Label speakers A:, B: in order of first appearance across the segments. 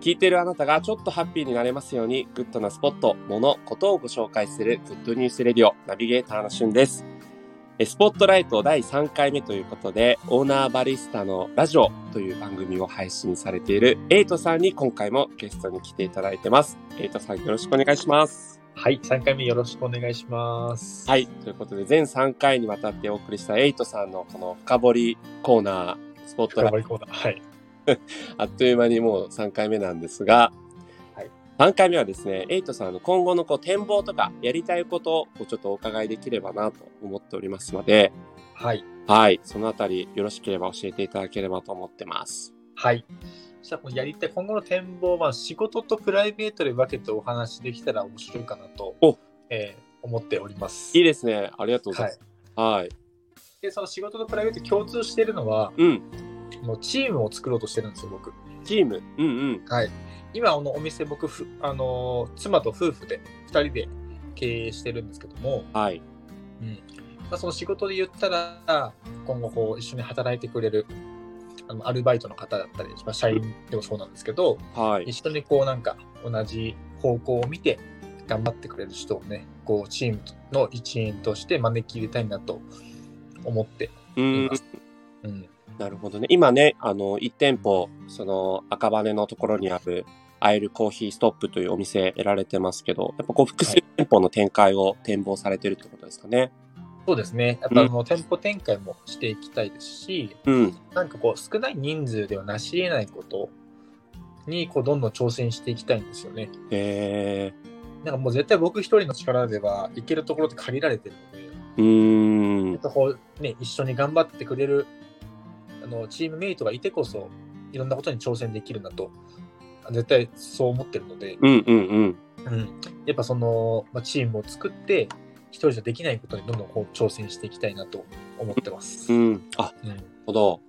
A: 聞いてるあなたがちょっとハッピーになれますように、グッドなスポット、もの、ことをご紹介するグッドニュースレディオナビゲーターのしゅんです。えスポットライト第3回目ということで、オーナーバリスタのラジオという番組を配信されているエイトさんに今回もゲストに来ていただいてます。エイトさんよろしくお願いします。
B: はい、3回目よろしくお願いします。
A: はい。ということで、全3回にわたってお送りしたエイトさんのこの深掘りコーナー、スポットライ
B: 深
A: ト
B: 掘りコーナー。はい。
A: あっという間にもう3回目なんですが、
B: はい
A: 3回目はですね、エイトさんの今後のこう展望とかやりたいことをちょっとお伺いできればなと思っておりますので、
B: はい。
A: はい、そのあたりよろしければ教えていただければと思ってます。
B: はい。そしたらこうやりたい、今後の展望は仕事とプライベートで分けてお話できたら面白いかなと
A: お、
B: えー思っております。
A: いいですね。ありがとうござい
B: は
A: ます。。は
B: い
A: い。
B: で、その仕事とプライベート共通してるのは、
A: うん。
B: もうチームを作ろうとしてるんですよ、僕。
A: チーム。うんうん。
B: はい。今、あのお店、僕、ふあのー妻と夫婦で、2人で経営してるんですけども、
A: はい。
B: うんまあ、その仕事で言ったら今後こう一緒に働いてくれるあのアルバイトの方だったり、まあ、社員でもそうなんですけど
A: はい。
B: 一緒にこうなんか同じ方向を見て頑張ってくれる人をねこうチームの一員として招き入れたいなと思って
A: う
B: い
A: ん
B: ま。す。うん
A: なるほどね。今ね、あの、1店舗、その、赤羽のところにある、アイルコーヒーストップというお店得られてますけど、やっぱこう、複数店舗の展開を展望されてるってことですかね。
B: そうですねやっぱあの店舗展開もしていきたいですし
A: うん。
B: なんかこう少ない人数ではなし得ないことにこうどんどん挑戦していきたいんですよね。
A: え
B: なんかもう絶対僕一人の力ではいけるところって限られてるので、
A: ー、うー
B: やっ
A: ん。
B: ぱこうね、一緒に頑張ってくれるあのチームメイトがいてこそ、いろんなことに挑戦できるなと、絶対そう思ってるので、
A: うんうんうん。
B: うん、やっぱその、まあ、チームを作って、一人じゃできないことにどんどんこう挑戦していきたいなと思ってます。
A: う
B: うん
A: ん。あ、なるほど。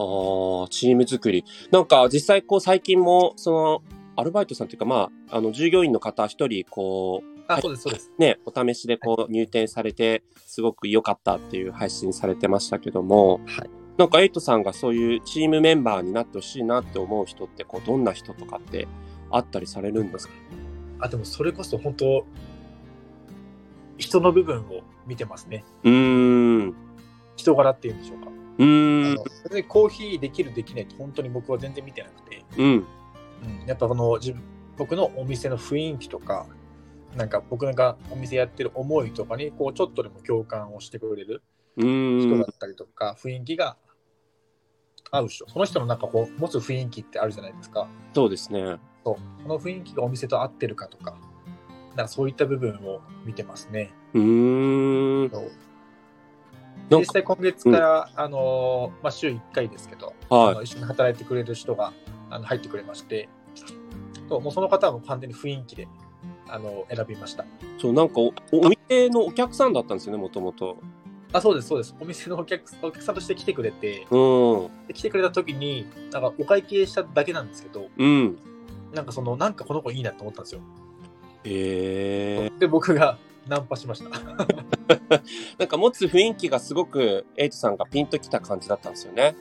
A: あーチーム作り。なんか、実際、こう、最近も、その、アルバイトさんっていうか、まあ、あの、従業員の方一人、こう、
B: あ、そうです、そうです。
A: ね、お試しでこう入店されて、すごく良かったっていう配信されてましたけども、
B: はい
A: なんかエイトさんがそういうチームメンバーになってほしいなって思う人って、こうどんな人とかってあったりされるんですか
B: あ、でもそれこそ本当、人の部分を見てますね。
A: うーん。
B: 人柄っていうんでしょうか。
A: う
B: あ
A: ーん
B: の。それでコーヒーできるできないって本当に僕は全然見てなくて、
A: うん。
B: やっぱこの自分僕のお店の雰囲気とかなんか僕がお店やってる思いとかにこうちょっとでも共感をしてくれる
A: うー
B: 人
A: ん
B: だ。ったりとか、雰囲気が合う人その人のなんかこう持つ雰囲気ってあるじゃないですか
A: そうですね。
B: そうその雰囲気がお店と合ってるかとかなんかそういった部分を見てますね
A: うーん。
B: そう
A: なん
B: 実
A: か、
B: 際今月から、あのーまあ、週1回ですけどあ
A: は
B: の一緒に働いてくれる人があの入ってくれまして、そうもうその方はもう完全に雰囲気であの選びました。
A: い。そう、なんかお、お店のお客さんだったんですよね、もともと。
B: あ、そうです、そうです。お店のお客お客さんとして来てくれて、
A: う
B: で来てくれた時に、なんかお会計しただけなんですけど、
A: ん。うん。
B: なんかその、なんかこの子いいなと思ったんですよ。
A: へえ。
B: で、僕が ナンパしました。
A: なんか持つ雰囲気がすごく、エイトさんがピンときた感じだったんですよね。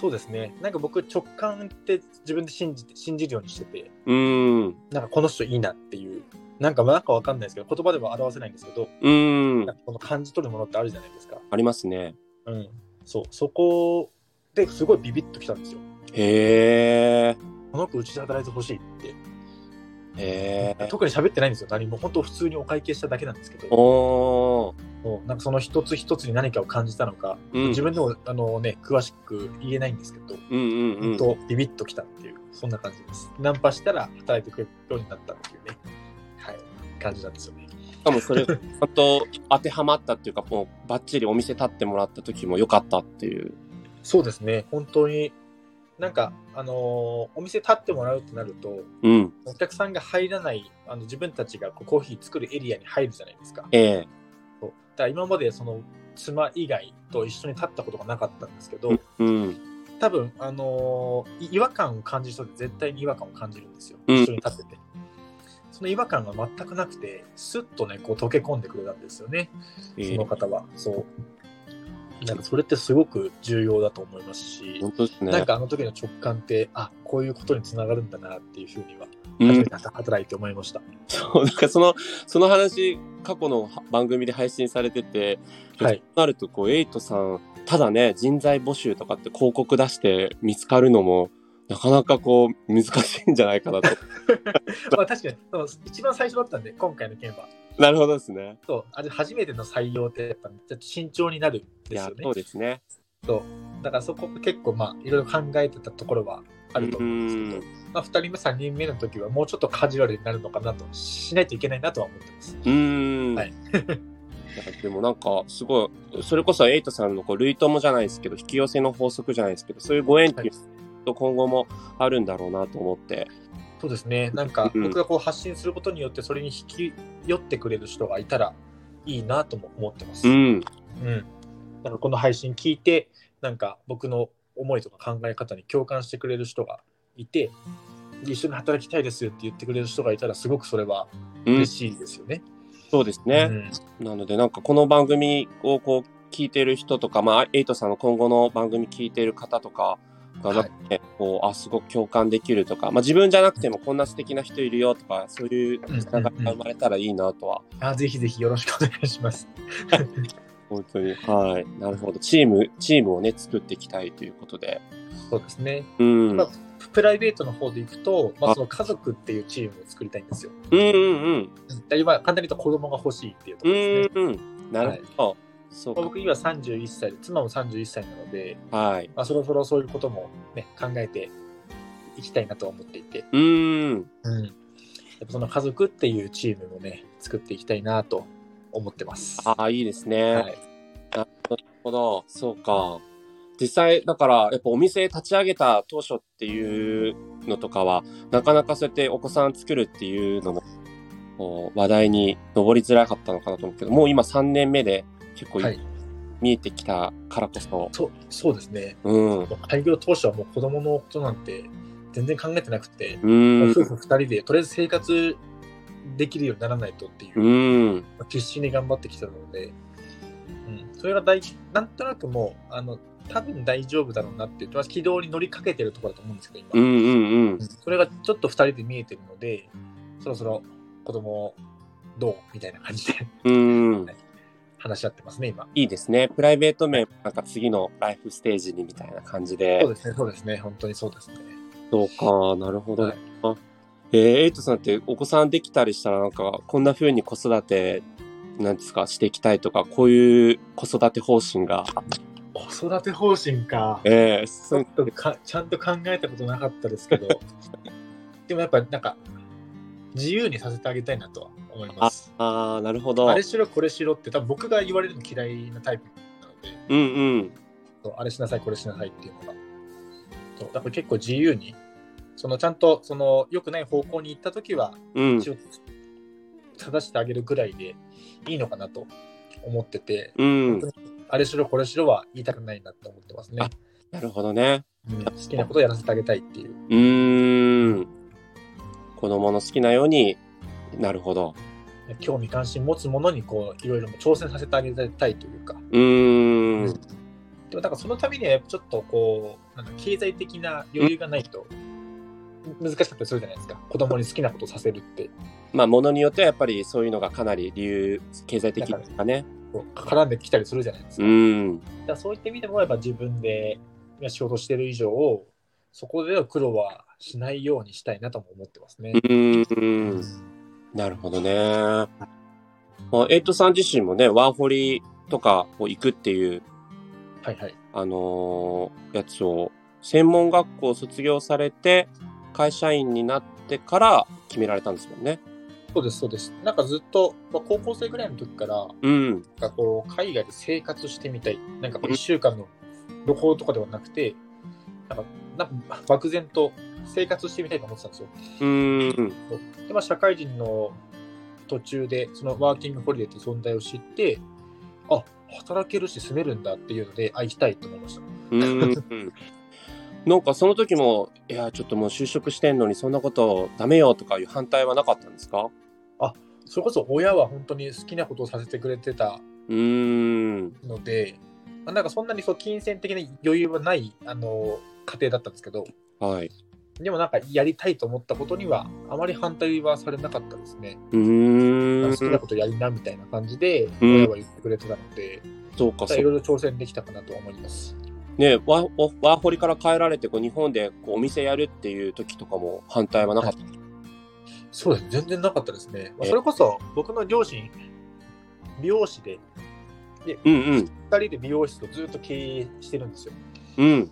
B: そうですね。なんか僕直感って自分で信じて、信じるようにしてて、
A: うーん。
B: なんかこの人いいなっていう、なんかなんかわかんないですけど、言葉では表せないんですけど、
A: うー
B: なん
A: ん。
B: かこの感じ取るものってあるじゃないですか。
A: ありますね。
B: うん、そうそこですごいビビッときたんですよ。
A: へえ。
B: この子うちで働いてほしいって、
A: へえ。
B: 特に喋ってないんですよ何も本当普通にお会計しただけなんですけど
A: おー。
B: もうなんかその一つ一つに何かを感じたのか、
A: うん
B: 自分でもあの、ね、詳しく言えないんですけど、
A: うんうんうん。
B: 本当ビビッときたっていうそんな感じですナンパしたら働いてくれるようになったっていうね、はい、感じなんですよね。
A: しかもそれ、ちゃんと当てはまったっていうか、もうバッチリお店立ってもらった時も良かったっていう。
B: そうですね本当になんか、あのーお店立ってもらうってなると
A: うん。
B: お客さんが入らないあの自分たちがこうコーヒー作るエリアに入るじゃないですか。
A: ええ
B: そうだから今までその妻以外と一緒に立ったことがなかったんですけど、
A: うん。
B: 多分あのーい違和感を感じる人って絶対に違和感を感じるんですよ、
A: うん
B: 一緒に立ってて。その違和感が全くなくて、スッとね、こう溶け込んでくれたんですよね、
A: え
B: そ
A: え
B: の方は。そう。なんかそれってすごく重要だと思いますし、
A: 本当ですね。
B: なんかあの時の直感って、あこういうことにつながるんだなっていうふうには、
A: うん、
B: 働いて思いました。
A: そう なんかその、その話、過去の番組で配信されてて、
B: はい。
A: なると、こう、エイトさん、ただね、人材募集とかって広告出して見つかるのも、なかなかこう、難しいんじゃないかな と。
B: まあ確かに、その一番最初だったんで、今回の件は。
A: なるほどですね。
B: そう、あれ初めての採用ってやっぱ、ちょっと慎重になるん
A: い
B: です
A: や
B: よ、ね
A: そう。ですね。
B: だからそこも結構まあ、いろいろ考えてたところはあると思うんですけど、まあ、2人目、3人目の時はもうちょっとカジュアルになるのかなと、しないといけないなとは思ってます。
A: うーん。
B: はい
A: いやでもなんか、すごい、それこそエイトさんのこう類友じゃないですけど、引き寄せの法則じゃないですけど、そういうご縁っていうと今後もあるんだろうなと思って。
B: そうですね、なんか
A: うん
B: 僕がこう発信することによって、それに引き寄ってくれる人がいたらいいなとも思ってます。
A: うん。
B: うん、だからこの配信聞いてなんか僕の思いとか考え方に共感してくれる人がいてで一緒に働きたいですって言ってくれる人がいたらすごくそれは
A: うん
B: 嬉、しいですよね。
A: そうですね。
B: うん
A: なので、なんかこの番組をこう聞いてる人とか、まあ、エイトさんの今後の番組聞いてる方とかが、なんかねこう、あ、すごく共感できるとか、まあ、自分じゃなくてもこんな素敵な人いるよとか、そういうつながりが生まれたらいいなとは、
B: あぜひぜひよろしくお願いします。
A: 本当に、はい。なるほど。チーム、チームをね、作っていきたいということで。
B: そうですね、
A: うん。うん
B: まあプライベートの方でいくと、まあ、その家族っていうチームを作りたいんですよ。
A: うんうん。
B: だいぶ簡単に言うと子供が欲しいっていうとこ
A: う
B: ろですね
A: ん。うん。なるほど。そう
B: まあ僕今31歳で妻も31歳なので、
A: か。はい。
B: まあ、そろそろそういうことも、ね、考えていきたいなとは思っていて。
A: うん。
B: うん、やっぱその家族っていうチームもね作っていきたいなと思ってます。
A: ああ、いいですね。
B: はい、
A: なるほど、そうか。実際、だから、やっぱお店立ち上げた当初っていうのとかは、なかなかそうやってお子さん作るっていうのも、こう話題に上りづらかったのかなと思うけど、もう今3年目で結構い
B: はい
A: 見えてきたからこそ、
B: そうそうですね
A: うん、
B: 開業当初はもう子供のことなんて全然考えてなくて、
A: うん、
B: 夫婦2人でとりあえず生活できるようにならないとっていう、
A: うん、
B: 必死に頑張ってきたので、うん、それが大なんとなくもうあの多分大丈夫だろうなっていう軌道に乗りかけてるところだと思うんですけど今。
A: うん、うん、うん。
B: それがちょっと2人で見えてるのでそろそろ子供どうみたいな感じで
A: うん
B: 話し合ってますね今
A: いいですね。プライベート面、なんか次のライフステージにみたいな感じで
B: そう。ですねそうですね本当にそうですね
A: そうか、なるほど
B: はい。
A: えー、エイトさんってお子さんできたりしたらなんかこんな風に子育てなんですかしていきたいとかこういう子育て方針が
B: 子育て方針か
A: えー、そう
B: とかちゃんと考えたことなかったですけど でもやっぱなんか自由にさせてあげたいなとは思います
A: ああなるほ
B: あ
A: ど
B: れしろこれしろって多分僕が言われるの嫌いなタイプなので
A: うんうん
B: そうあれしなさいこれしなさいっていうのがそうだから結構自由にそのちゃんとその良くない方向に行った時は
A: うん
B: 一応正してあげるぐらいでいいのかなと思ってて、
A: うん
B: あれしろこれしろは言いたくないなと思ってますね
A: あ。なるほどね
B: うん好きなことをやらせてあげたいっていう。
A: うーん子供の好きなようになるほど
B: 興味関心持つものにこういろいろ挑戦させてあげたいというか。
A: うーん
B: でもなんかそのためにはやっぱちょっとこう、なんか経済的な余裕がないと難しかったりするじゃないですか。子供に好きなことをさせるって。
A: まあものによってはやっぱりそういうのがかなり理由経済的ですかね
B: こう絡んできたりするじゃないですか。
A: うん
B: だからそういった意味でもやっぱ自分で仕事してる以上そこでの苦労はしないようにしたいなとも思ってますね
A: う。ーんなるほどね。まあ、エイトさん自身もね、ワーホリとかを行くっていう、
B: はいはい。
A: あのーやつを、専門学校を卒業されて、会社員になってから決められたんですもんね。
B: そうですそうです。なんかずっと、まあ、高校生ぐらいの時からなん
A: うん。
B: かこう海外で生活してみたい。なんかこう1週間の旅行とかではなくてなんかなんか漠然と生活してみたいと思ってたんですよ。
A: うーん。
B: で、まあ、社会人の途中で、そのワーキングホリデーという存在を知って、あ働けるし住めるんだっていうので、あ、行きたいと思いました。
A: うーん。なんかその時も、いや、ちょっともう就職してんのにそんなことダメよとかいう反対はなかったんですか
B: それこそ親は本当に好きなことをさせてくれてた
A: うーん。
B: ので、まあなんかそんなにそう金銭的な余裕はないあの家庭だったんですけど
A: はい。
B: でもなんかやりたいと思ったことにはあまり反対はされなかったですね。
A: う
B: 好き
A: ー。
B: なんことやりなみたいな感じで
A: うん
B: 親は言ってくれてたので、
A: そうか、
B: まあ
A: そ
B: いうろいろ挑戦できたかなとは思います。
A: ねワーワワーホリから帰られて、こう、日本でこうお店やるっていう時とかも反対はなかった。
B: そうです全然なかったですね。まあ
A: え
B: それこそ僕の両親美容師で
A: うんうん。
B: 2人で美容室をずっと経営してるんですよ。
A: うん。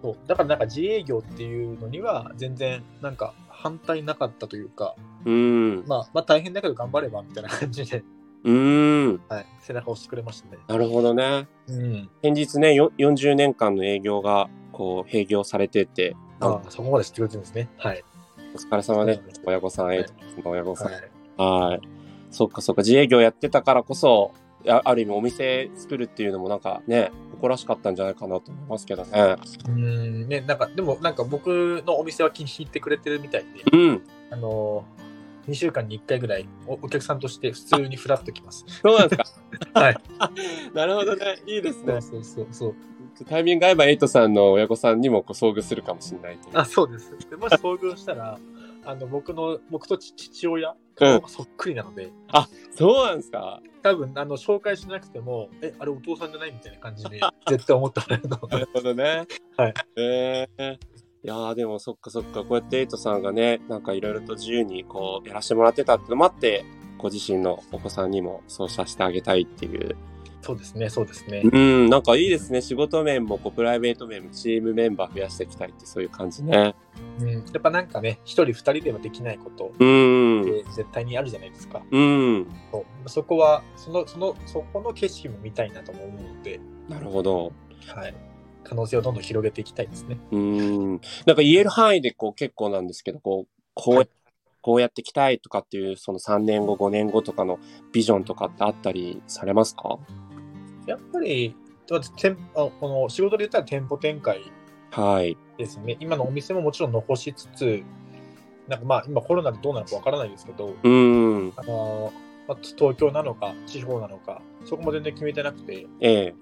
B: そうだからなんか自営業っていうのには全然なんか反対なかったというか、
A: うん。
B: まあ、まあ大変だけど頑張ればみたいな感じで、
A: うん。
B: はい、背中を押してくれましたね。
A: なるほどね。
B: うん、
A: 先日ね、よ40年間の営業が、こう、閉業されてて、
B: ああそこまで知ってくれてるんですね。はい。
A: お疲れ様で
B: そうなんです
A: す。親御さん、
B: はい
A: えーと親御さん
B: は。い
A: はい。そっかそっか、自営業やってたからこそ、あある意味お店作るっていうのもなんかね、誇らしかったんじゃないかなと思いますけどね。
B: うんね、なんかでもなんか僕のお店は気に入ってくれてるみたいで、
A: うん。
B: あのー、2週間に1回ぐらいおお客さんとして普通にフラッとき ます。
A: そうなんですか。
B: はい。
A: なるほどね。いいです
B: そ
A: ね
B: う。そうそうそう。
A: タイミング合えばエイトさんの親御さんにもこう遭遇するかもしれないという。
B: あそうです。でもし遭遇したら あの僕の僕と父父親
A: う
B: が
A: ん
B: そっくりなので、
A: そうなんですか。
B: 多分あの紹介しなくてもえあれお父さんじゃないみたいな感 じで絶対思ってもらえるの。
A: なるほどね。
B: はい。
A: えーいやーでもそっかそっかこうやってエイトさんがねなんかいろいろと自由にこうやらせてもらってたってのもあってご自身のお子さんにもそうさせてあげたいっていう
B: そうですねそうですね。
A: うん、なんかいいですね。仕事面もこうプライベート面もチームメンバー増やしていきたいってそういう感じね。
B: うん、やっぱなんかね一人二人ではできないことっ
A: うん。
B: て絶対にあるじゃないですか。
A: うん。
B: そうそこはそのそのそこの景色も見たいなとも思うので、
A: なるほど。
B: はい、可能性をどんどん広げていきたいですね。
A: うん。なんか言える範囲でこう結構なんですけど、こう、こう、
B: はい
A: こうやっていきたいとかっていうその3年後、5年後とかのビジョンとかってあったりされますか
B: やっぱりまず店あこの仕事で言ったら店舗展開
A: はい。
B: ですね今のお店ももちろん残しつつなんかまあ今コロナでどうなるかわからないですけど、
A: うん。
B: あのまあ東京なのか地方なのかそこも全然決めてなくて
A: ええ。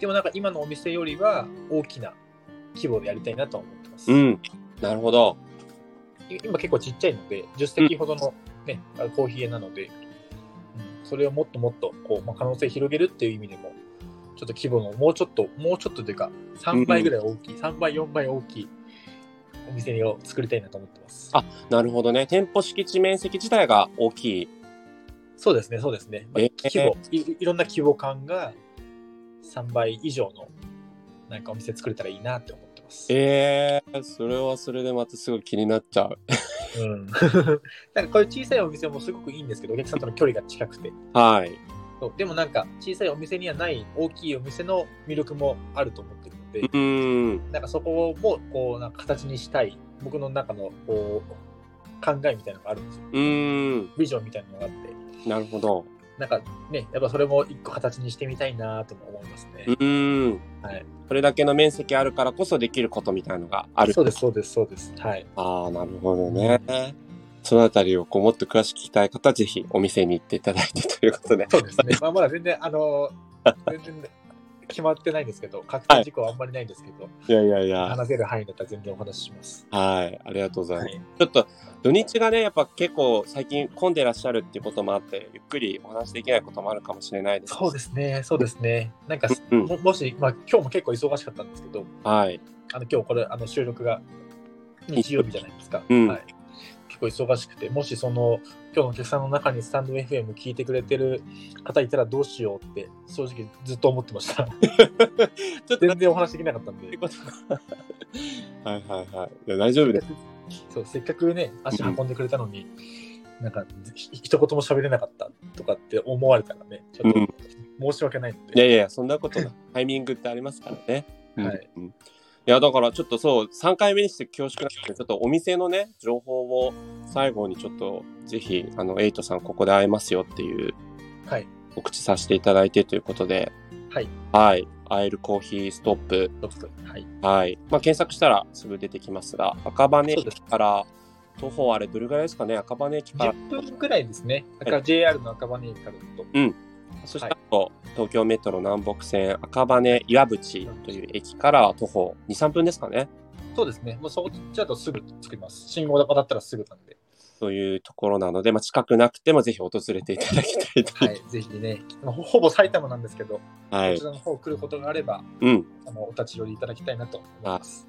B: でもなんか今のお店よりは大きな規模でやりたいなとは思ってます、
A: うん。なるほど。
B: い今結構ちっちゃいので10席ほどの、ねあコーヒー屋なので、うんそれをもっともっとこう、まあ、可能性広げるっていう意味でもちょっと規模のもうちょっともうちょっとというか3倍ぐらい大きい、3倍4倍大きいお店を作りたいなと思ってます
A: あなるほどね。店舗敷地面積自体が大きい。
B: そうですねそうですね、まあ
A: え
B: 規模いいろんな規模感が3倍以上のなんかお店作れたらいいなって思ってます
A: ええそれはそれでまたすごい気になっちゃう。
B: うん なんかこういう小さいお店もすごくいいんですけどお客さんとの距離が近くて
A: はい。
B: そうでもなんか小さいお店にはない大きいお店の魅力もあると思ってるので、
A: うん。
B: なんかそこもこうなんか形にしたい僕の中のこう考えみたいなのがあるんですよ
A: うん。
B: ビジョンみたいなのがあって
A: なるほど。
B: なんかねやっぱそれも一個形にしてみたいなとも思いますね、
A: うん。
B: はい、
A: それだけの面積あるからこそできることみたいのがある。
B: そうですそうですそうです はい
A: ああ、なるほどね。そのあたりをこうもっと詳しく聞きたい方は、ぜひお店に行っていただいてということで。
B: そうですね、まあ、まだ全然あの全然決まってないんですけど確定事項はあんまりないんですけど、
A: いやいやいや。
B: 話せる範囲だったら全然お話しします
A: はい。ありがとうございます。
B: はい
A: ちょっと土日がね、やっぱ結構最近混んでらっしゃるっていうこともあって、ゆっくりお話できないこともあるかもしれないです。
B: そうですね、そうですね。なんか、
A: うん
B: ももし、まあ、今日も結構忙しかったんですけど、
A: はい。
B: あの今日これあの収録が日曜日じゃないですか、
A: うん
B: はい、結構忙しくてもしその今日のお客さんの中にスタンド FM 聞いてくれてる方いたらどうしようって正直ずっと思ってました
A: ちょっとなん
B: 全然お話できなかったんで
A: てことか はいはいはい。いや大丈夫です。
B: そうせっかくね足運んでくれたのに、なんかひ一言も喋れなかったとかって思われたらねちょっ
A: うん
B: と申し訳ないの
A: い
B: で、
A: やいや、そんなことない。タイミングってありますからね。
B: はい
A: うん。いや、だからちょっとそう、3回目にして恐縮なんですけど、ちょっとお店のね、情報を最後にちょっと、ぜひ、あの、エイトさん、ここで会えますよっていう、
B: はい
A: お口させていただいてということで、
B: はい。
A: はい。会えるコーヒーストップ。
B: どうぞはい
A: はい。まあ、検索したらすぐ出てきますが、赤羽
B: そうで
A: 駅から、徒歩あれ、どれぐらいですかね、赤羽駅から。
B: 10分くらいですね、だから JR の赤羽駅からだと、
A: うんそしてあと、東京メトロ南北線赤羽岩淵という駅から徒歩2、3分ですかね。
B: そうですね。もうそこちゃうとすぐ着きます。信号高だったらすぐなんで。
A: というところなので、まあ、近くなくてもぜひ訪れていただきたいと
B: は
A: いう。
B: い、ぜひね、まあほほぼ埼玉なんですけど、
A: は
B: こ
A: い
B: ち。らの方来ることがあれば、
A: うん。
B: あのお立ち寄りいただきたいなと思います。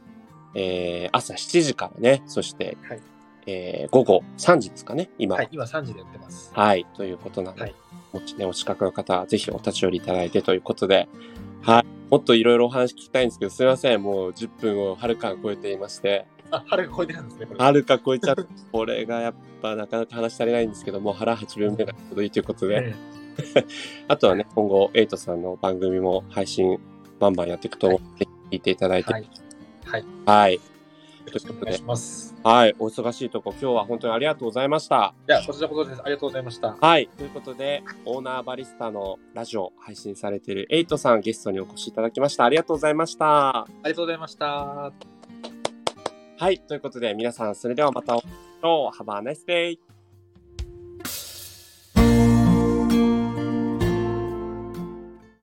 A: えー朝7時からね、そして、
B: はい
A: えー午後3時ですかね、今は。
B: は、
A: はいい、
B: 今3時でやってます。
A: ということなので、
B: はい
A: もしね、お近くの方はぜひお立ち寄りいただいてということで、はい、もっといろいろお話聞きたいんですけど、すいません、もう10分をはるか超えていまして、
B: あ、春が超えてるんですね、これ。
A: はるか超えちゃって、これがやっぱなかなか話し足りないんですけども、腹8分目がちょうどいいということで、
B: ね
A: あとはね、今後、エイトさんの番組も配信バンバンやっていくと思うので、ぜひ聞いていただいて、
B: はい。はい。よ
A: はい、
B: ろしくお願いします。
A: はい、お忙しいとこ、今日は本当にありがとうございました。
B: いや、こちらこそです。ありがとうございました。
A: はい。ということで、オーナーバリスタのラジオ配信されているエイトさんゲストにお越しいただきました。ありがとうございました。
B: ありがとうございました。
A: はい。ということで、皆さん、それではまたお会いしましょう。Have a nice day!